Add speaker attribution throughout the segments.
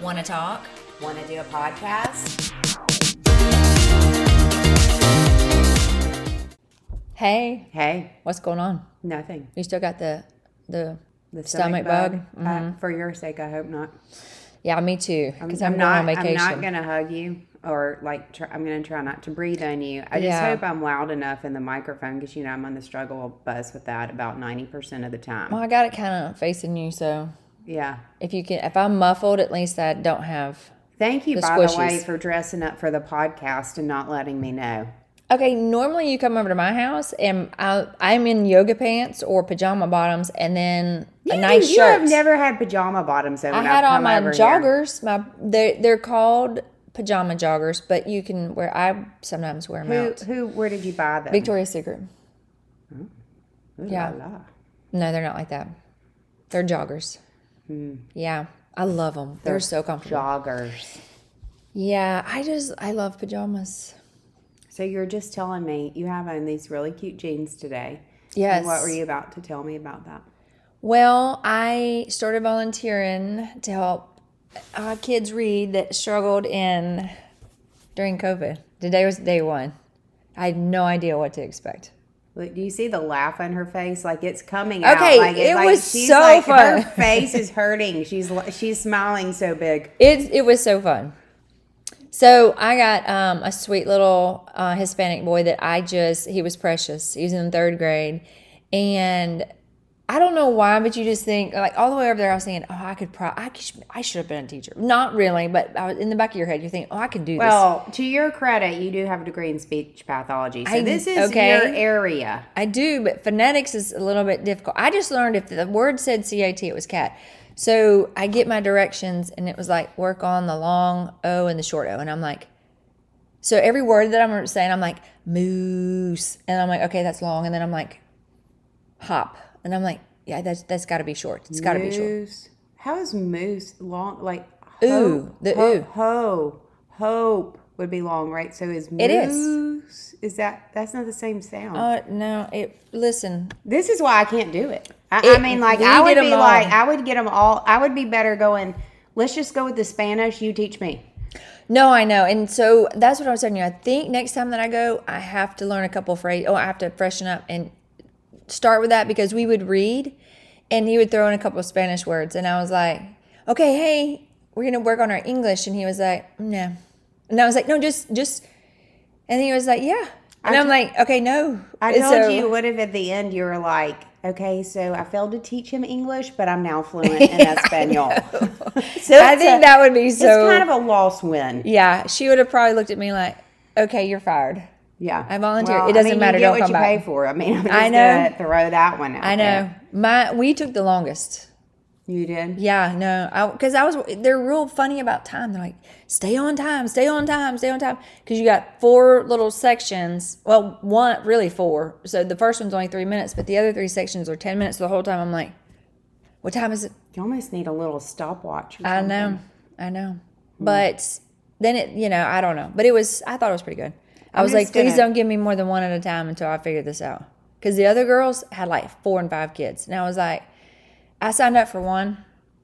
Speaker 1: Want to talk?
Speaker 2: Want to do a podcast?
Speaker 1: Hey,
Speaker 2: Hey,
Speaker 1: what's going on?
Speaker 2: nothing.
Speaker 1: You still got the the,
Speaker 2: The
Speaker 1: stomach,
Speaker 2: stomach,
Speaker 1: bug?
Speaker 2: bug. Uh, for your sake, I hope not.
Speaker 1: Yeah, me too. Because I'm, going
Speaker 2: not.
Speaker 1: on vacation.
Speaker 2: I'm not gonna hug you or like. Tr- I'm gonna try not to breathe on you. I just
Speaker 1: Yeah.
Speaker 2: hope I'm loud enough in the microphone because you know I'm on the struggle bus with that about ninety percent of the time.
Speaker 1: well, I got it kind of facing you, so
Speaker 2: Yeah.
Speaker 1: if you can, if I'm muffled, at least I don't have.
Speaker 2: Thank you,
Speaker 1: The
Speaker 2: by the way,
Speaker 1: squishies.
Speaker 2: for dressing up for the podcast and not letting me know.
Speaker 1: Okay, normally you come over to my house and I, I'm in yoga pants or pajama bottoms, and then a
Speaker 2: You-
Speaker 1: nice
Speaker 2: you
Speaker 1: shirt.
Speaker 2: have never had pajama bottoms on.
Speaker 1: I
Speaker 2: when
Speaker 1: had
Speaker 2: I've
Speaker 1: on
Speaker 2: come
Speaker 1: my
Speaker 2: over here.
Speaker 1: joggers. My they they're called pajama joggers, but you can wear. I sometimes wear them out.
Speaker 2: Who, who? Where did you buy them?
Speaker 1: Victoria's Secret.
Speaker 2: Ooh la
Speaker 1: yeah.
Speaker 2: la.
Speaker 1: No, they're not like that. They're joggers.
Speaker 2: Hmm.
Speaker 1: Yeah, I love them. They're, so comfortable.
Speaker 2: Joggers.
Speaker 1: yeah, I just I love pajamas.
Speaker 2: So you're just telling me you have on these really cute jeans today.
Speaker 1: Yes.
Speaker 2: And what were you about to tell me about that?
Speaker 1: Well, I started volunteering to help uh, kids read that struggled in during COVID. Today was day one. I had no idea what to expect.
Speaker 2: Look, do you see the laugh on her face? Like it's coming out.
Speaker 1: Okay,
Speaker 2: like,
Speaker 1: it
Speaker 2: like
Speaker 1: was
Speaker 2: she's
Speaker 1: so
Speaker 2: like,
Speaker 1: fun.
Speaker 2: Her face is hurting. She's li- she's smiling so big.
Speaker 1: It it was so fun. So I got um, a sweet little uh, Hispanic boy that I just he was precious. He was in third grade, and I don't know why, but you just think like all the way over there. I was thinking, oh, I could pro I, sh- I should have been a teacher. Not really, but I was, in the back of your head, you think, oh, I could do this.
Speaker 2: Well, to your credit, you do have a degree in speech pathology, so
Speaker 1: I-
Speaker 2: this is
Speaker 1: okay.
Speaker 2: your area.
Speaker 1: I do, but phonetics is a little bit difficult. I just learned if the word said cat, it was cat. So I get my directions, and it was like work on the long O and the short O, and I'm like, so every word that I'm saying, I'm like moose, and I'm like, okay, that's long, and then I'm like, hop, and I'm like, yeah, that's that's got to be short. It's got to be short.
Speaker 2: Moose. How is moose long? Like
Speaker 1: Ooh,
Speaker 2: hope-
Speaker 1: the
Speaker 2: ho-
Speaker 1: ooh.
Speaker 2: ho hope would be long, right? So is moose?
Speaker 1: It is.
Speaker 2: Is that that's not the same sound?
Speaker 1: Uh, no, it. Listen,
Speaker 2: This is why I can't do it. I, I
Speaker 1: It-
Speaker 2: mean, like
Speaker 1: we
Speaker 2: I would
Speaker 1: did 'em
Speaker 2: be
Speaker 1: all.
Speaker 2: like I would get them all. I would be better going. Let's just go with the Spanish. You teach me.
Speaker 1: No, I know. And so that's what I was telling you. I think next time that I go, I have to learn a couple phrases. Oh, I have to freshen up and start with that because we would read and he would throw in a couple of Spanish words. And I was like, okay, hey, we're going to work on our English. And he was like, no. And I was like, no, just, just. And he was like, yeah. And I am like, okay, no.
Speaker 2: I
Speaker 1: And
Speaker 2: told
Speaker 1: so-
Speaker 2: you what if at the end you were like, okay, so I failed to teach him English, but I'm now fluent in Espanol. so
Speaker 1: I
Speaker 2: it's
Speaker 1: think
Speaker 2: a-
Speaker 1: that would be
Speaker 2: it's
Speaker 1: so.
Speaker 2: kind of a loss win.
Speaker 1: yeah, she would have probably looked at me like, okay, you're fired.
Speaker 2: Yeah,
Speaker 1: I volunteered. It doesn't
Speaker 2: I mean,
Speaker 1: matter.
Speaker 2: You get
Speaker 1: Don't
Speaker 2: what
Speaker 1: come
Speaker 2: you
Speaker 1: back.
Speaker 2: pay for. I mean, I'm just
Speaker 1: I know.
Speaker 2: gonna throw that one. Out
Speaker 1: I know.
Speaker 2: there.
Speaker 1: My we took the longest.
Speaker 2: you did.
Speaker 1: Yeah, no, because I, was. They're real funny about time. They're like, stay on time, stay on time, stay on time, because you got four little sections. Well, one really four. So the first one's only three minutes, but the other three sections are ten minutes the whole time. I'm like, what time is it?
Speaker 2: You almost need a little stopwatch. Or
Speaker 1: I
Speaker 2: something.
Speaker 1: know, I know, but then it, you know, I don't know, but it was. I thought it was pretty good. I
Speaker 2: I'm
Speaker 1: was like,
Speaker 2: just gonna-
Speaker 1: please don't give me more than one at a time until I figure this out, because the other girls had like four and five kids, and I was like, I signed up for one,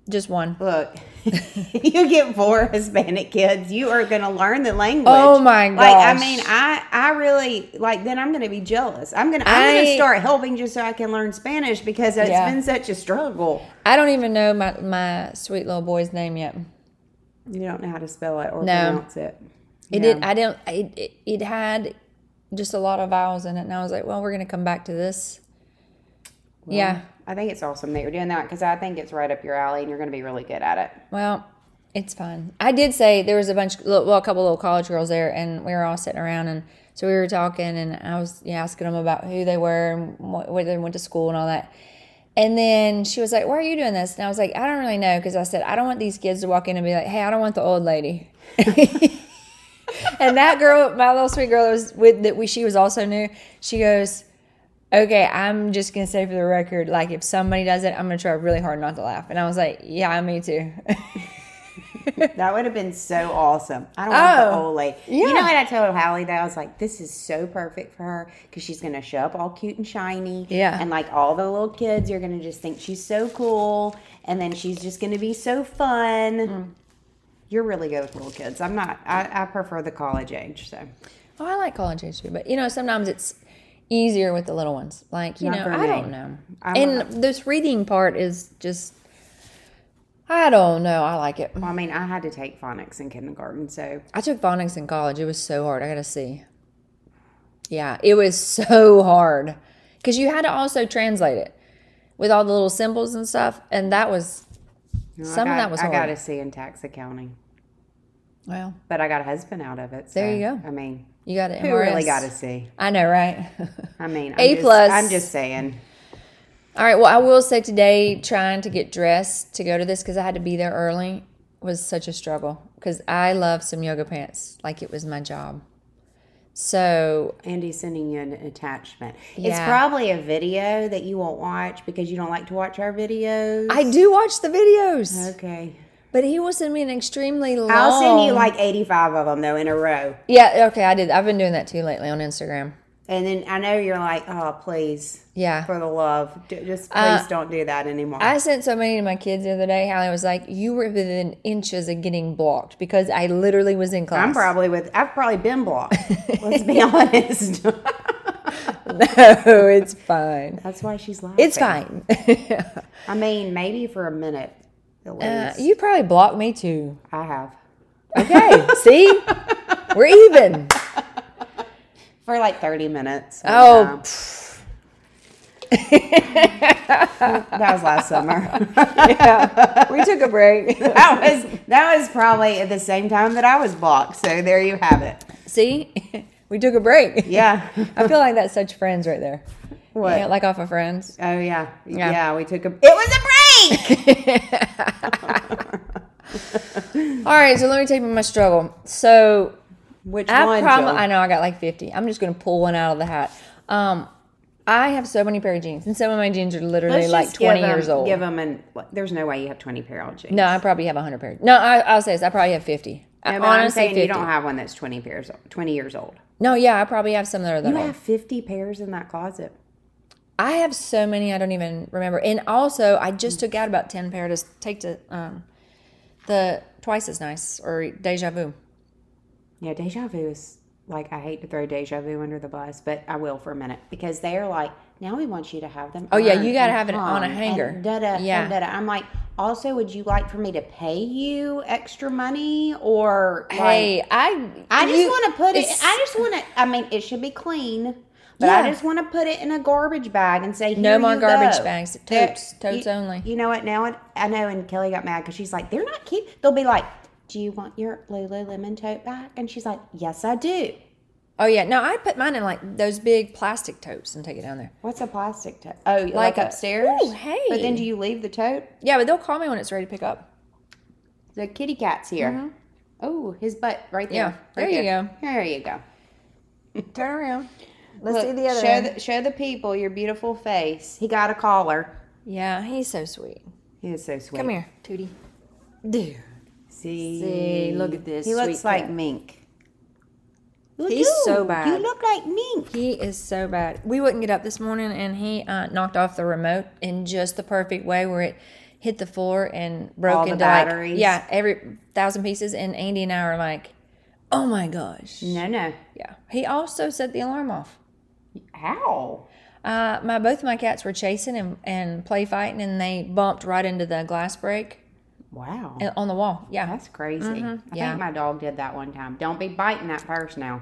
Speaker 1: just one.
Speaker 2: Look, you get four Hispanic kids, you are going to learn the language.
Speaker 1: Oh my
Speaker 2: Like I
Speaker 1: gosh.
Speaker 2: mean, I I really like. Then I'm going to be jealous. I'm going to I'm going
Speaker 1: I-
Speaker 2: to start helping just so I can learn Spanish because it's
Speaker 1: Yeah.
Speaker 2: been such a struggle.
Speaker 1: I don't even know my, my sweet little boy's name yet.
Speaker 2: You don't know how to spell it or
Speaker 1: No.
Speaker 2: pronounce it.
Speaker 1: It
Speaker 2: Yeah.
Speaker 1: did. I don't. It, it it had just a lot of vowels in it, and I was like, well, we're gonna come back to this. yeah.
Speaker 2: I think it's awesome that you're doing that because I think it's right up your alley and you're going to be really good at it.
Speaker 1: Well, it's fun. I did say there was a bunch, well, a couple little college girls there, and we were all sitting around, and so we were talking, and I was yeah, asking them about who they were and what, where they went to school and all that. And then she was like, "Why are you doing this?" And I was like, "I don't really know," because I said I don't want these kids to walk in and be like, "Hey, I don't want the old lady." and that girl, my little sweet girl, that was with that we she was also new. She goes. Okay, I'm just gonna say for the record, like if somebody does it, I'm gonna try really hard not to laugh. And I was like, "Yeah, me too."
Speaker 2: That would have been so awesome. I don't want the
Speaker 1: Oh,
Speaker 2: whole lady.
Speaker 1: yeah.
Speaker 2: You know what I told Hallie that I was like, this is so perfect for her because she's gonna show up all cute and shiny.
Speaker 1: Yeah.
Speaker 2: And like all the little kids
Speaker 1: Mm.
Speaker 2: are gonna just think she's so cool, and then she's just gonna be so fun. You're really good with little kids. I'm not. I, I prefer the college age. So
Speaker 1: Oh, I like college age too, but you know, sometimes it's easier with the little ones. Like, you
Speaker 2: Not
Speaker 1: know,
Speaker 2: for
Speaker 1: I
Speaker 2: me.
Speaker 1: don't know.
Speaker 2: I'm
Speaker 1: and this reading part is just, I don't know. I like it.
Speaker 2: well, I mean, I had to take phonics in kindergarten. So
Speaker 1: I took phonics in college. It was so hard. I got to see. Yeah, it was so hard because you had to also translate it with all the little symbols and stuff. And that was,
Speaker 2: you know, I
Speaker 1: Some of
Speaker 2: got-
Speaker 1: that was
Speaker 2: I got
Speaker 1: hard.
Speaker 2: a C in tax accounting,
Speaker 1: well,
Speaker 2: but I got a husband out of it. So,
Speaker 1: There you go.
Speaker 2: I mean,
Speaker 1: you got it.
Speaker 2: who really got a C?
Speaker 1: I know, right?
Speaker 2: I mean, I'm
Speaker 1: A
Speaker 2: just-
Speaker 1: plus.
Speaker 2: I'm just saying.
Speaker 1: All right. Well, I will say today, trying to get dressed to go to this because I had to be there early was such a struggle because I love some yoga pants like it was my job. So
Speaker 2: Andy's sending you an attachment. It's
Speaker 1: Yeah.
Speaker 2: probably a video that you won't watch because you don't like to watch our videos.
Speaker 1: I do watch the videos,
Speaker 2: okay.
Speaker 1: but he will send me an extremely long.
Speaker 2: I'll send you like 85 of them though in a row.
Speaker 1: Yeah. Okay. I did. I've been doing that too lately on Instagram.
Speaker 2: And then I know you're like, oh, please,
Speaker 1: Yeah.
Speaker 2: for the love, d- just please don't do that anymore.
Speaker 1: Uh, I sent so many to my kids the other day. Hallie was like, "You were within inches of getting blocked because I literally was in class."
Speaker 2: I'm probably with, I've probably been blocked. Let's be honest.
Speaker 1: no, it's fine.
Speaker 2: That's why she's laughing.
Speaker 1: It's fine.
Speaker 2: I mean, maybe for a minute at least.
Speaker 1: Uh, you probably blocked me too.
Speaker 2: I have.
Speaker 1: Okay, see, we're even.
Speaker 2: For like 30 minutes. And,
Speaker 1: Oh,
Speaker 2: uh, that was last summer.
Speaker 1: we took a break.
Speaker 2: that was that was probably at the same time that I was blocked. So there you have it.
Speaker 1: see, we took a break.
Speaker 2: Yeah.
Speaker 1: I feel like that's such friends right there.
Speaker 2: What?
Speaker 1: Yeah, like off of friends.
Speaker 2: Oh yeah.
Speaker 1: Yeah.
Speaker 2: yeah. we took a It was a break.
Speaker 1: All right, so let me take my struggle. So
Speaker 2: Which
Speaker 1: I
Speaker 2: one?
Speaker 1: probably
Speaker 2: Jill?
Speaker 1: I know I got like fifty. I'm just gonna pull one out of the hat. Um, I have so many pair of jeans, and some of my jeans are literally
Speaker 2: Let's
Speaker 1: like
Speaker 2: just
Speaker 1: twenty
Speaker 2: give 'em-
Speaker 1: years old.
Speaker 2: Give them an. like, There's no way you have 20 pair old jeans.
Speaker 1: no, I probably have hundred pairs. No, I, I'll say this. I probably have fifty. I
Speaker 2: No, but I'm
Speaker 1: honestly
Speaker 2: saying
Speaker 1: 50.
Speaker 2: you don't have one that's 20 pairs, old- 20 years old.
Speaker 1: no, yeah, I probably have some that are that
Speaker 2: You
Speaker 1: old.
Speaker 2: have 50 pairs in that closet.
Speaker 1: I have so many I don't even remember. And also, I just took out about ten pair to s- take to um, the twice as nice or deja vu.
Speaker 2: Yeah, deja vu is like I hate to throw deja vu under the bus, but I will for a minute because they are like now we want you to have them.
Speaker 1: Oh, yeah,
Speaker 2: ironed
Speaker 1: you gotta
Speaker 2: and
Speaker 1: have it on a
Speaker 2: hung
Speaker 1: hanger.
Speaker 2: And da-da,
Speaker 1: Yeah.
Speaker 2: yeah, da-da. I'm like. Also, would you like for me to pay you extra money or like,
Speaker 1: Hey, I
Speaker 2: I just
Speaker 1: you-
Speaker 2: want to put it.
Speaker 1: it's-
Speaker 2: I just want to. I mean, it should be clean, but
Speaker 1: Yeah.
Speaker 2: I just want to put it in a garbage bag and say,
Speaker 1: No
Speaker 2: "Here
Speaker 1: more
Speaker 2: you
Speaker 1: garbage
Speaker 2: go."
Speaker 1: bags.
Speaker 2: They're-
Speaker 1: Totes. Totes
Speaker 2: you-
Speaker 1: only.
Speaker 2: You know what? Now it- I know. And Kelly got mad because she's like, "They're not cute." They'll be like, "Do you want your Lululemon tote back?" And she's like, "Yes, I do."
Speaker 1: Oh yeah, no, I put mine in like those big plastic totes and take it down there.
Speaker 2: What's a plastic tote? Oh, like,
Speaker 1: a-
Speaker 2: upstairs.
Speaker 1: Ooh, hey.
Speaker 2: But then, do you leave the tote?
Speaker 1: Yeah, but they'll call me when it's ready to pick up.
Speaker 2: The kitty cat's here. Oh, his butt right there.
Speaker 1: Mm-hmm. Yeah, there you
Speaker 2: there. There you go.
Speaker 1: Turn around. Let's
Speaker 2: Look, show the, show the people your beautiful face. He got a collar.
Speaker 1: yeah, he's so sweet.
Speaker 2: He is so sweet.
Speaker 1: Come here, Tootie.
Speaker 2: Dude. See.
Speaker 1: See, look at this
Speaker 2: He looks
Speaker 1: sweet
Speaker 2: like
Speaker 1: cat.
Speaker 2: mink. You
Speaker 1: He's so bad.
Speaker 2: You look like mink.
Speaker 1: He is so bad. We wouldn't get up this morning, and he uh, knocked off the remote in just the perfect way where it hit the floor and broke
Speaker 2: All the
Speaker 1: into like-
Speaker 2: batteries.
Speaker 1: yeah, every thousand pieces. And Andy and I were like, "Oh my gosh!"
Speaker 2: No, no.
Speaker 1: Yeah. He also set the alarm off.
Speaker 2: How?
Speaker 1: Uh, my both my cats were chasing and, and play fighting, and they bumped right into the glass break
Speaker 2: Wow.
Speaker 1: uh, on the wall. Yeah,
Speaker 2: That's crazy. I
Speaker 1: Mm-hmm. Yeah.
Speaker 2: think my dog did that one time. Don't be biting that purse now.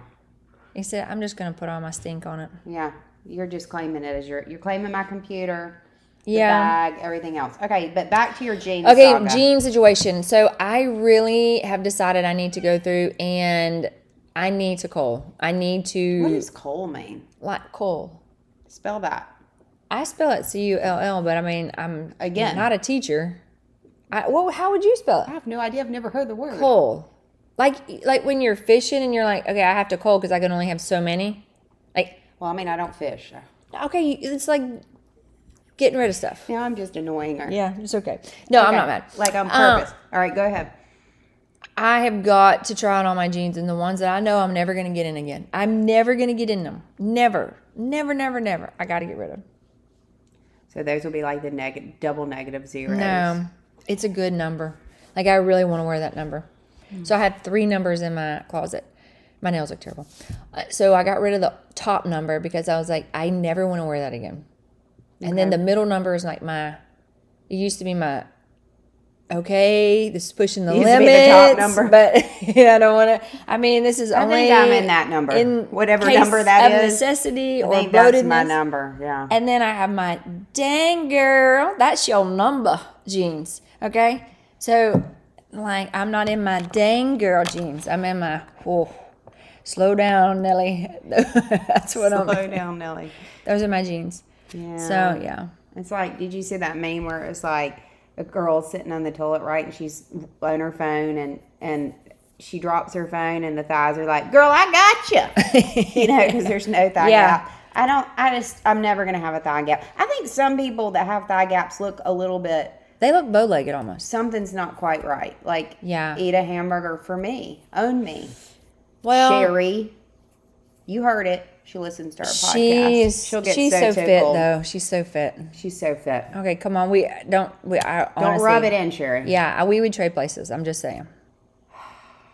Speaker 1: he said, "I'm just gonna put all my stink on it."
Speaker 2: Yeah. You're just claiming it as your you're claiming my computer, the
Speaker 1: Yeah.
Speaker 2: bag, everything else. Okay, but back to your jeans.
Speaker 1: Okay,
Speaker 2: saga.
Speaker 1: jean situation. So I really have decided I need to go through and I need to coal. I need to
Speaker 2: What does coal mean?
Speaker 1: like coal.
Speaker 2: Spell that.
Speaker 1: I spell it C U L L, but I mean I'm
Speaker 2: Again.
Speaker 1: not a teacher. I, well, how would you spell it?
Speaker 2: I have no idea. I've never heard the word.
Speaker 1: Coal. Like like when you're fishing and you're like, okay, I have to coal because I can only have so many. Like
Speaker 2: Well, I mean, I don't fish.
Speaker 1: okay, you- it's like getting rid of stuff.
Speaker 2: Now I'm just annoying her.
Speaker 1: Yeah, it's okay. No, I'm
Speaker 2: Okay,
Speaker 1: not mad.
Speaker 2: Like on
Speaker 1: Um,
Speaker 2: purpose. All right, go ahead.
Speaker 1: I have got to try on all my jeans and the ones that I know I'm never going to get in again. I'm never going to get in them. Never. Never, never, never. I got to get rid of them.
Speaker 2: So those will be like the neg- double negative zeros.
Speaker 1: No, it's a good number. Like, I really want to wear that number.
Speaker 2: Hmm.
Speaker 1: So I had three numbers in my closet. My nails look terrible. Uh, So I got rid of the top number because I was like, I never want to wear that again. And then the middle number is like my, it used to be my, okay, this is pushing the
Speaker 2: Used to be
Speaker 1: limits.
Speaker 2: the top number.
Speaker 1: But yeah, I don't want to, I mean, this is
Speaker 2: I
Speaker 1: only.
Speaker 2: think I'm in that number.
Speaker 1: in
Speaker 2: Whatever
Speaker 1: case
Speaker 2: number that
Speaker 1: of
Speaker 2: is.
Speaker 1: necessity
Speaker 2: I
Speaker 1: or
Speaker 2: think that's my
Speaker 1: bloatedness.
Speaker 2: number. Yeah.
Speaker 1: And then I have my dang girl, that's your number jeans. Okay. So, like, I'm not in my dang girl jeans. I'm in my, oh, slow down, Nelly. that's what I'm,
Speaker 2: down, Nelly.
Speaker 1: those are my jeans.
Speaker 2: Yeah.
Speaker 1: So, yeah.
Speaker 2: It's like, did you see that meme where it was like a girl sitting on the toilet, right? And she's on her phone and, and she drops her phone and the thighs are like, girl, I got you. you know, because there's no thigh
Speaker 1: Yeah.
Speaker 2: gap. I don't, I just, I'm never going to have a thigh gap. I think some people that have thigh gaps look a little bit,
Speaker 1: They look bow legged almost.
Speaker 2: something's not quite right. Like,
Speaker 1: Yeah.
Speaker 2: eat a hamburger for me, own me.
Speaker 1: Well,
Speaker 2: Sherry, you heard it. She listens to our podcast.
Speaker 1: she's,
Speaker 2: She'll get
Speaker 1: she's so, fit,
Speaker 2: tickled.
Speaker 1: though. She's so fit.
Speaker 2: She's so fit.
Speaker 1: Okay. Come on. We don't, we, I
Speaker 2: Don't rub it in, Sherry.
Speaker 1: Yeah, I- we would trade places. I'm just saying.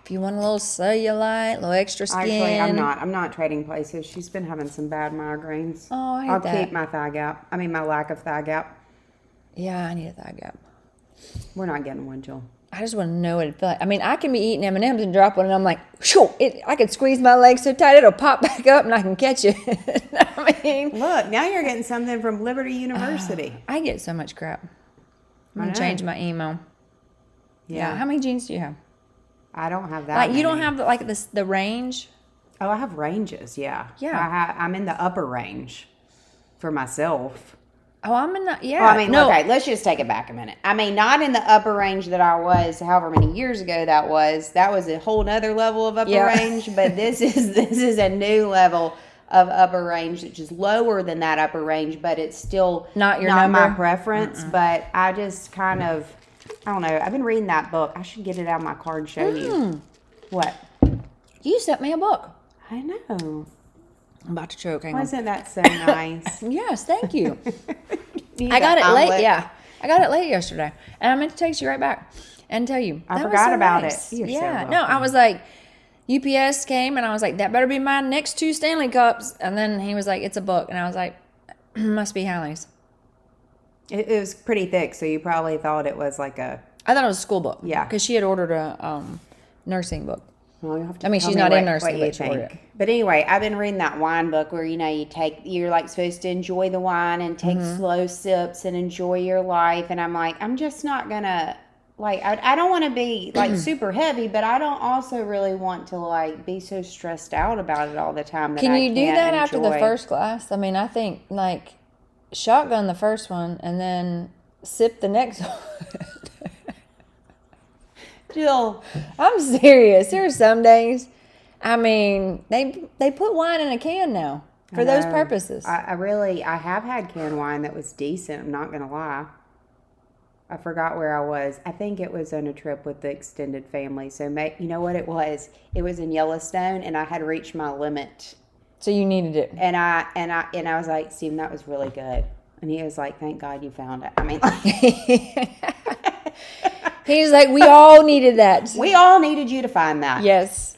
Speaker 1: If you want a little cellulite, a little extra skin.
Speaker 2: Actually, I'm not. I'm not trading places. She's been having some bad migraines.
Speaker 1: Oh, I hate
Speaker 2: will
Speaker 1: that.
Speaker 2: keep my thigh gap. I mean, my lack of thigh gap.
Speaker 1: Yeah, I need a thigh gap.
Speaker 2: We're not getting one, Jill.
Speaker 1: I just want to know what it feel like. I mean, I can be eating M and M's and drop one, and I'm like, shoo! It, I could squeeze my leg so tight it'll pop back up, and I can catch it. I mean,
Speaker 2: Look, now you're getting something from Liberty University.
Speaker 1: I get so much crap. I'm
Speaker 2: I
Speaker 1: gonna
Speaker 2: know.
Speaker 1: change my email. Yeah.
Speaker 2: yeah.
Speaker 1: How many jeans do you have?
Speaker 2: I don't have that.
Speaker 1: Like, you don't
Speaker 2: many.
Speaker 1: have like this the range.
Speaker 2: Oh, I have ranges. Yeah.
Speaker 1: Yeah.
Speaker 2: I ha- I'm in the upper range for myself.
Speaker 1: Oh, I'm in the yeah.
Speaker 2: Well, I mean,
Speaker 1: no,
Speaker 2: okay, let's just take it back a minute. I mean, not in the upper range that I was, however many years ago that was. That was a whole nother level of upper
Speaker 1: Yeah.
Speaker 2: range, but this is this is a new level of upper range that's just lower than that upper range, but it's still
Speaker 1: Not your
Speaker 2: my
Speaker 1: number?
Speaker 2: preference. But I just kind of, I don't know. I've been reading that book. I should get it out of my car and show
Speaker 1: Mm.
Speaker 2: you. What?
Speaker 1: you sent me a book.
Speaker 2: I know.
Speaker 1: I'm about to choke. Hang on.
Speaker 2: Wasn't that so nice?
Speaker 1: Yes, thank you.
Speaker 2: You
Speaker 1: I got
Speaker 2: got
Speaker 1: it
Speaker 2: omelet.
Speaker 1: late. Yeah, I got it late yesterday, and I meant to text you right back and tell you.
Speaker 2: I
Speaker 1: That was
Speaker 2: forgot about it.
Speaker 1: nice.
Speaker 2: You're so
Speaker 1: yeah, no,
Speaker 2: welcome.
Speaker 1: I was like, UPS came, and I was like, that better be my next two Stanley Cups. And then he was like, it's a book, and I was like, must be Hallie's.
Speaker 2: It, it was pretty thick, so you probably thought it was like a.
Speaker 1: I thought it was a school book.
Speaker 2: Yeah.
Speaker 1: because she had ordered a um, nursing book.
Speaker 2: Well, you'll have to
Speaker 1: I mean,
Speaker 2: tell
Speaker 1: she's
Speaker 2: me
Speaker 1: not in
Speaker 2: what-
Speaker 1: nursing,
Speaker 2: what you
Speaker 1: but she ordered
Speaker 2: think. But anyway, I've been reading that wine book where you know you take you're like supposed to enjoy the wine and take
Speaker 1: Mm-hmm.
Speaker 2: slow sips and enjoy your life. And I'm like, I'm just not gonna like I, I don't want to be like super heavy, but I don't also really want to like be so stressed out about it all the time. That
Speaker 1: Can
Speaker 2: I
Speaker 1: you do
Speaker 2: can't
Speaker 1: that after the
Speaker 2: enjoy.
Speaker 1: first glass? I mean, I think like shotgun the first one, and then sip the next one.
Speaker 2: Jill?
Speaker 1: I'm serious. There are some days. I mean, they they put wine in a can now for those
Speaker 2: know.
Speaker 1: purposes.
Speaker 2: I, I really I have had canned wine that was decent. I'm not gonna lie. I forgot where I was. I think it was on a trip with the extended family. So ma- you know what it was? It was in Yellowstone, and I had reached my limit.
Speaker 1: so you needed it.
Speaker 2: And I and I and I was like, Steven, that was really good. And he was like, Thank God you found it. I mean, like,
Speaker 1: He's like, we all needed that.
Speaker 2: we all needed you to find that.
Speaker 1: Yes,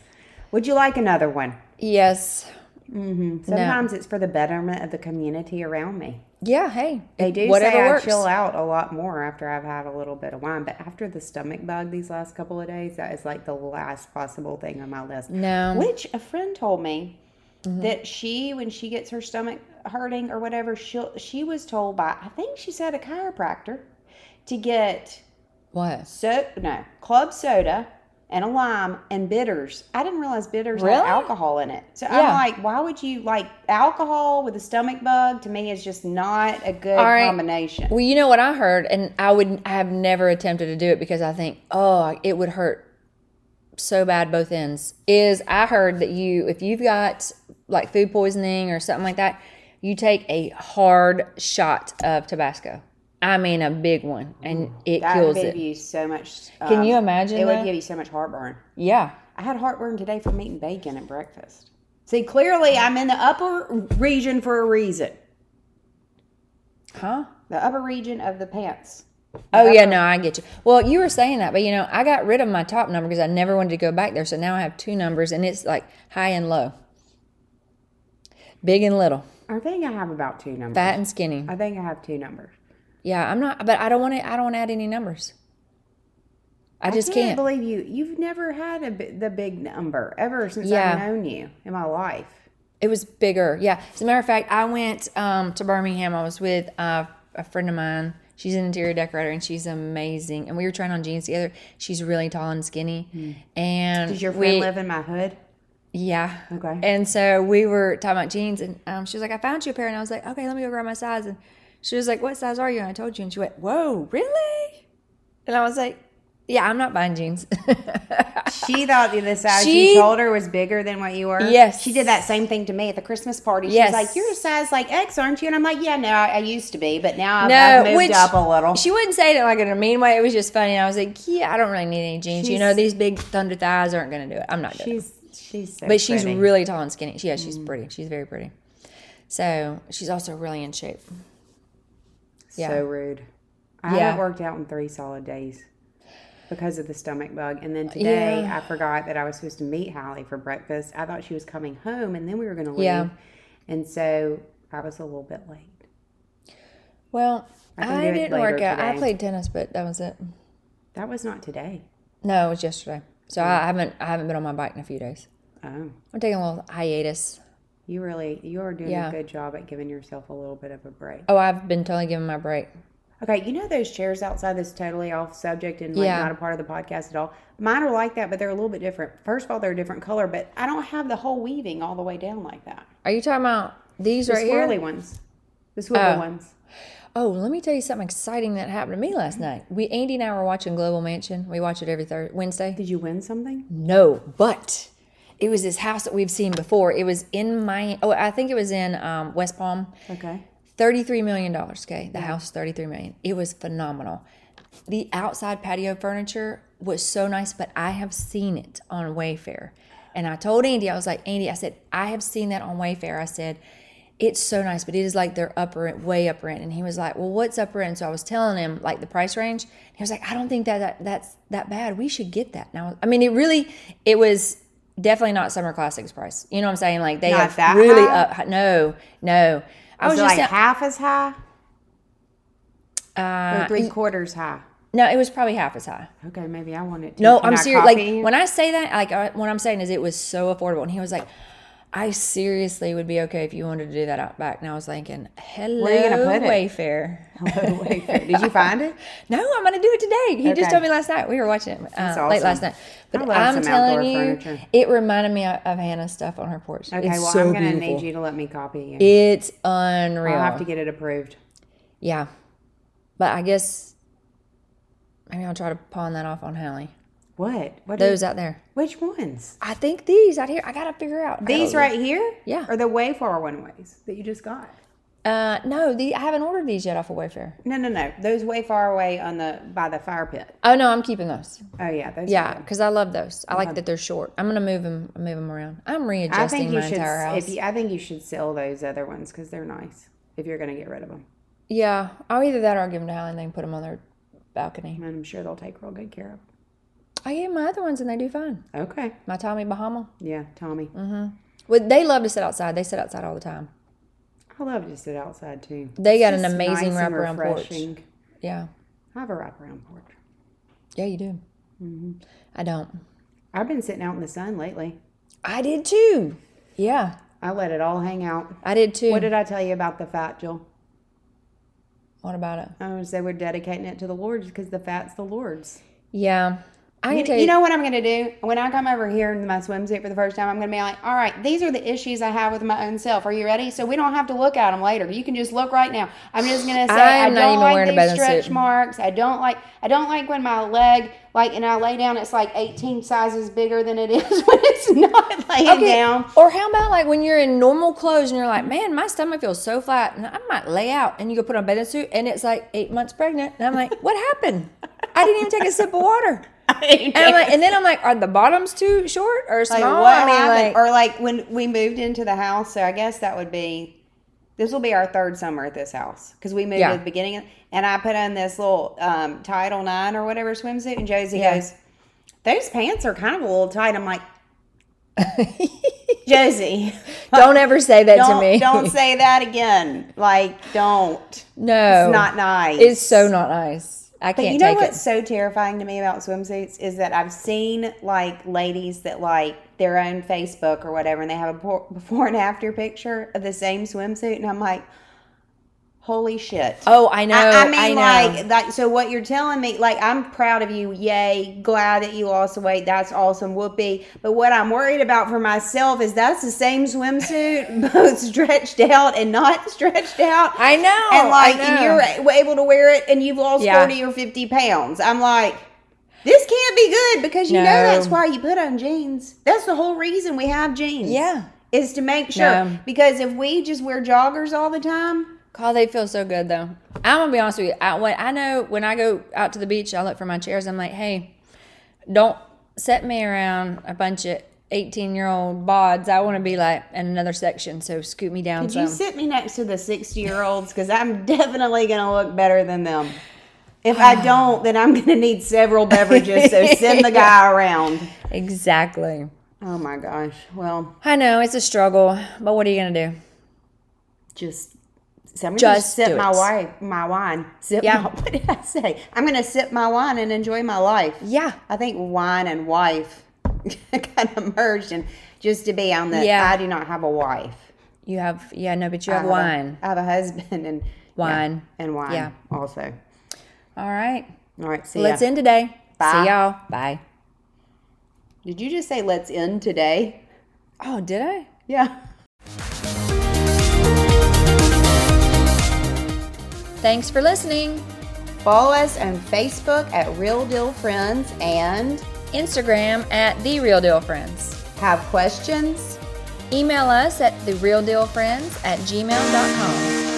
Speaker 2: Would you like another one?
Speaker 1: yes,
Speaker 2: Sometimes it's for the betterment of the community around me.
Speaker 1: yeah. Hey,
Speaker 2: They do
Speaker 1: whatever
Speaker 2: say
Speaker 1: works.
Speaker 2: I chill out a lot more after I've had a little bit of wine, but after the stomach bug these last couple of days, that is like the last possible thing on my list.
Speaker 1: No.
Speaker 2: Which a friend told me
Speaker 1: Mm-hmm.
Speaker 2: that she, when she gets her stomach hurting or whatever, she she was told by I think she said a chiropractor to get
Speaker 1: What?
Speaker 2: so no club soda and a lime and bitters. I didn't realize bitters had
Speaker 1: Really?
Speaker 2: alcohol in it. So I'm
Speaker 1: Yeah.
Speaker 2: like, why would you like alcohol with a stomach bug? To me, is just not a good
Speaker 1: All right.
Speaker 2: combination.
Speaker 1: Well, you know what I heard, and I would I have never attempted to do it because I think, oh, it would hurt so bad both ends. Is I heard that you, if you've got like food poisoning or something like that, you take a hard shot of Tabasco. I mean, a big one, and it
Speaker 2: That
Speaker 1: kills
Speaker 2: would give
Speaker 1: it.
Speaker 2: you so much.
Speaker 1: Can
Speaker 2: um,
Speaker 1: you imagine?
Speaker 2: It
Speaker 1: that?
Speaker 2: would give you so much heartburn.
Speaker 1: yeah.
Speaker 2: I had heartburn today from eating bacon at breakfast. See, clearly I'm in the upper region for a reason.
Speaker 1: Huh?
Speaker 2: The upper region of the pants.
Speaker 1: Oh yeah, no, I get you. Well, you were saying that, but you know, I got rid of my top number because I never wanted to go back there. So now I have two numbers, and it's like high and low, big and little,
Speaker 2: I think I have about two numbers.
Speaker 1: fat and skinny.
Speaker 2: I think I have two numbers.
Speaker 1: Yeah, I'm not, but I don't want to. I don't want to add any numbers. I just
Speaker 2: can't
Speaker 1: can't.
Speaker 2: believe you. You've never had a, bi- the big number ever since
Speaker 1: Yeah.
Speaker 2: I've known you in my life.
Speaker 1: It was bigger. Yeah. As a matter of fact, I went um, to Birmingham. I was with uh, a friend of mine. She's an interior decorator and she's amazing. And we were trying on jeans together. She's really tall and skinny. And
Speaker 2: Mm. Does your friend
Speaker 1: we,
Speaker 2: live in my hood?
Speaker 1: Yeah.
Speaker 2: Okay.
Speaker 1: And so we were talking about jeans, and um, she was like, "I found you a pair," and I was like, "Okay, let me go grab my size." And she was like, "What size are you?" And I told you, and she went, "Whoa, really?" And I was like, "Yeah, I'm not buying jeans."
Speaker 2: She thought that the size
Speaker 1: She-
Speaker 2: you told her was bigger than what you were.
Speaker 1: Yes.
Speaker 2: She did that same thing to me at the Christmas party. She's
Speaker 1: Yes.
Speaker 2: like, You're a size like X, aren't you? And I'm like, Yeah, no, I, I used to be, but now I've,
Speaker 1: No,
Speaker 2: I've moved
Speaker 1: which-
Speaker 2: up a little.
Speaker 1: She wouldn't say it like in a mean way. It was just funny. I was like, yeah, I don't really need any jeans. you
Speaker 2: She's-
Speaker 1: know, these big thunder thighs aren't going to do it. I'm not doing it.
Speaker 2: she's she's so
Speaker 1: But she's
Speaker 2: pretty. Mm.
Speaker 1: really tall and skinny. She, yeah, she's pretty. She's very pretty. So she's also really in shape. yeah.
Speaker 2: so rude. I
Speaker 1: Yeah.
Speaker 2: haven't worked out in three solid days because of the stomach bug. And then today
Speaker 1: Yeah.
Speaker 2: I forgot that I was supposed to meet Hallie for breakfast. I thought she was coming home and then we were gonna leave.
Speaker 1: Yeah.
Speaker 2: And so I was a little bit late.
Speaker 1: Well,
Speaker 2: I can
Speaker 1: I,
Speaker 2: do it
Speaker 1: didn't
Speaker 2: later
Speaker 1: work out. I
Speaker 2: today.
Speaker 1: played tennis, but that was it.
Speaker 2: That was not today.
Speaker 1: No, it was yesterday. So I haven't I haven't been on my bike in a few days.
Speaker 2: Oh.
Speaker 1: I'm taking a little hiatus.
Speaker 2: You really you are doing
Speaker 1: Yeah.
Speaker 2: a good job at giving yourself a little bit of a break.
Speaker 1: Oh, I've been totally giving my break.
Speaker 2: Okay, you know those chairs outside that's totally off subject and like
Speaker 1: Yeah.
Speaker 2: not a part of the podcast at all. Mine are like that, but they're a little bit different. First of all, they're a different color, but I don't have the whole weaving all the way down like that.
Speaker 1: Are you talking about these
Speaker 2: The
Speaker 1: right here?
Speaker 2: swirly ones. The swivel
Speaker 1: Oh.
Speaker 2: ones.
Speaker 1: Oh, let me tell you something exciting that happened to me last night. We Andy and I were watching Global Mansion. We watch it every Thursday, Wednesday.
Speaker 2: Did you win something?
Speaker 1: No, but it was this house that we've seen before. It was in my oh, I think it was in um, West Palm.
Speaker 2: Okay.
Speaker 1: Thirty-three million dollars. Okay, the house thirty-three million. It was phenomenal. The outside patio furniture was so nice, but I have seen it on Wayfair, and I told Andy, I was like, Andy, I said I have seen that on Wayfair. I said. It's so nice, but it is like their upper end, way upper end. And he was like, "Well, what's upper end?" So I was telling him like the price range. He was like, "I don't think that, that that's that bad. We should get that." Now, I mean, it really, it was definitely not summer classics price. You know what I'm saying? Like they
Speaker 2: Not
Speaker 1: have
Speaker 2: that
Speaker 1: really
Speaker 2: high?
Speaker 1: up. No, no. I was
Speaker 2: Was, it
Speaker 1: just
Speaker 2: like
Speaker 1: saying-
Speaker 2: half as high?
Speaker 1: Uh,
Speaker 2: or three quarters high.
Speaker 1: No, it was probably half as high.
Speaker 2: Okay, maybe I want it to.
Speaker 1: No,
Speaker 2: Can
Speaker 1: I'm
Speaker 2: I
Speaker 1: serious. Like
Speaker 2: copy you?
Speaker 1: when I say that, like I, what I'm saying is it was so affordable. And he was like, "I seriously would be okay if you wanted to do that out back." And I was thinking, "Hello,
Speaker 2: you gonna put it?
Speaker 1: Wayfair."
Speaker 2: Oh, wait, Did you find it?
Speaker 1: No, I'm gonna do it today. He just
Speaker 2: Okay.
Speaker 1: told me last night. We were watching it uh, late
Speaker 2: awesome.
Speaker 1: last night. But
Speaker 2: I love
Speaker 1: I'm
Speaker 2: some
Speaker 1: telling you,
Speaker 2: outdoor furniture.
Speaker 1: it reminded me of, of Hannah's stuff on her porch.
Speaker 2: Okay,
Speaker 1: it's
Speaker 2: well
Speaker 1: so
Speaker 2: I'm gonna
Speaker 1: beautiful.
Speaker 2: need you to let me copy you.
Speaker 1: It's unreal.
Speaker 2: I'll have to get it approved.
Speaker 1: yeah, but I guess maybe I'll try to pawn that off on Hallie.
Speaker 2: Mm. What? What? do you-
Speaker 1: Those out there.
Speaker 2: which ones?
Speaker 1: I think these out here. I gotta figure out I gotta
Speaker 2: These
Speaker 1: look.
Speaker 2: right here?
Speaker 1: Yeah.
Speaker 2: Or the way far one ways that you just got?
Speaker 1: Uh, no, the, I haven't ordered these yet off of Wayfair.
Speaker 2: No, no, no. Those way far away on the by the fire pit.
Speaker 1: Oh no, I'm keeping those.
Speaker 2: Oh yeah, those. are
Speaker 1: Yeah,
Speaker 2: good.
Speaker 1: because I love those. I like that they're short. I'm gonna move them, move them around. I'm
Speaker 2: I
Speaker 1: readjusting
Speaker 2: think you
Speaker 1: my
Speaker 2: should.
Speaker 1: entire house.
Speaker 2: If you, I think you should sell those other ones because they're nice. If you're gonna get rid of them,
Speaker 1: yeah, I'll either that or I'll give them to Hallie and they can put them on their balcony.
Speaker 2: and I'm sure they'll take real good care of.
Speaker 1: I gave 'em my other ones and they do fine.
Speaker 2: them. Okay.
Speaker 1: My Tommy Bahama.
Speaker 2: Yeah, Tommy.
Speaker 1: Mm-hmm. Well, they love to sit outside. They sit outside all the time.
Speaker 2: I love to sit outside too.
Speaker 1: They got an
Speaker 2: Just
Speaker 1: amazing
Speaker 2: nice and
Speaker 1: wraparound porch.
Speaker 2: refreshing.
Speaker 1: Yeah,
Speaker 2: I have a wraparound porch. Mm-hmm.
Speaker 1: yeah, you do. I don't.
Speaker 2: I've been sitting out in the sun lately.
Speaker 1: I did too. Yeah,
Speaker 2: I let it all hang out.
Speaker 1: I did too.
Speaker 2: What did I tell you about the fat, Jill?
Speaker 1: what about it?
Speaker 2: I would say Oh, we're dedicating it to the Lord because the fat's the Lord's.
Speaker 1: Yeah, I
Speaker 2: You,
Speaker 1: can tell
Speaker 2: you know what I'm going to do? When I come over here in my swimsuit for the first time, I'm going to be like, all right, these are the issues I have with my own self. Are you ready? So we don't have to look at them later. You can just look right now. I'm just going to say, I
Speaker 1: I'm
Speaker 2: don't
Speaker 1: not even
Speaker 2: like
Speaker 1: worried
Speaker 2: these
Speaker 1: about the
Speaker 2: stretch
Speaker 1: suit.
Speaker 2: marks. I don't like, I don't like when my leg, like, and I lay down, it's like 18 sizes bigger than it is when it's not laying
Speaker 1: Okay,
Speaker 2: down.
Speaker 1: Or how about like when you're in normal clothes and you're like, man, my stomach feels so flat and I might lay out and you go put on a bathing suit and it's like eight months pregnant. And I'm like, what happened? I didn't even take a sip of water.
Speaker 2: I
Speaker 1: And, I'm like, and then I'm like, are the bottoms too short or small?
Speaker 2: like what
Speaker 1: I mean,
Speaker 2: happened?
Speaker 1: like,
Speaker 2: or like when we moved into the house. So I guess that would be This will be our third summer at this house because we moved
Speaker 1: Yeah.
Speaker 2: at the beginning, of- and I put on this little um, Title Nine or whatever swimsuit, and Josie
Speaker 1: Yeah.
Speaker 2: goes, "Those pants are kind of a little tight." I'm like, "Josie,
Speaker 1: Don't ever say that
Speaker 2: don't
Speaker 1: to me.
Speaker 2: don't say that again. Like, don't.
Speaker 1: no.
Speaker 2: It's not nice.
Speaker 1: Oh. It's so not nice. I
Speaker 2: But
Speaker 1: can't
Speaker 2: you know
Speaker 1: take
Speaker 2: what's
Speaker 1: it.
Speaker 2: so terrifying to me about swimsuits is that I've seen like ladies that like their own Facebook or whatever, and they have a por- before and after picture of the same swimsuit, and I'm like, holy shit.
Speaker 1: Oh, I know.
Speaker 2: I, I mean,
Speaker 1: know.
Speaker 2: like, like, so what you're telling me, like, I'm proud of you. Yay. Glad that you lost the weight. That's awesome. Whoopee. But what I'm worried about for myself is that's the same swimsuit, both stretched out and not stretched out.
Speaker 1: I know.
Speaker 2: and, like,
Speaker 1: Oh, I
Speaker 2: and
Speaker 1: know.
Speaker 2: you're a- able to wear it and you've lost
Speaker 1: Yeah.
Speaker 2: 40 or 50 pounds. I'm like, this can't be good because you know
Speaker 1: No.
Speaker 2: that's why you put on jeans. That's the whole reason we have jeans.
Speaker 1: Yeah.
Speaker 2: Is to make sure.
Speaker 1: No.
Speaker 2: Because if we just wear joggers all the time,
Speaker 1: God, they feel so good though. I'm gonna be honest with you. I, when I know when I go out to the beach, I look for my chairs. I'm like, hey, don't set me around a bunch of 18 year old bods. I want to be like in another section, so scoot me down
Speaker 2: Could you
Speaker 1: some.
Speaker 2: sit me next to the 60 year olds? Because I'm definitely going to look better than them. If I don't, then I'm going to need several beverages. So send the guy around.
Speaker 1: exactly.
Speaker 2: Oh my gosh. Well,
Speaker 1: I know it's a struggle, but what are you gonna do?
Speaker 2: just. So I'm gonna
Speaker 1: Just
Speaker 2: just sip
Speaker 1: do
Speaker 2: my
Speaker 1: it.
Speaker 2: wine. My wine. Sip
Speaker 1: Yeah.
Speaker 2: my, what did I say? I'm gonna sip my wine and enjoy my life.
Speaker 1: Yeah.
Speaker 2: I think wine and wife kind of merged, and just to be on the.
Speaker 1: Yeah.
Speaker 2: I do not have a wife.
Speaker 1: You have yeah no, but you
Speaker 2: I
Speaker 1: have
Speaker 2: have a-
Speaker 1: wine.
Speaker 2: I have a husband and
Speaker 1: Wine.
Speaker 2: yeah, and wine.
Speaker 1: Yeah.
Speaker 2: Also.
Speaker 1: All right,
Speaker 2: All right. See
Speaker 1: so let's
Speaker 2: ya.
Speaker 1: end today.
Speaker 2: Bye.
Speaker 1: See y'all. Bye.
Speaker 2: Did you just say let's end today?
Speaker 1: Oh, did I?
Speaker 2: Yeah.
Speaker 1: Thanks for listening.
Speaker 2: Follow us on Facebook at Real Deal Friends and
Speaker 1: Instagram at the Real Deal Friends.
Speaker 2: have questions?
Speaker 1: Email us at therealdealfriends at gmail.com.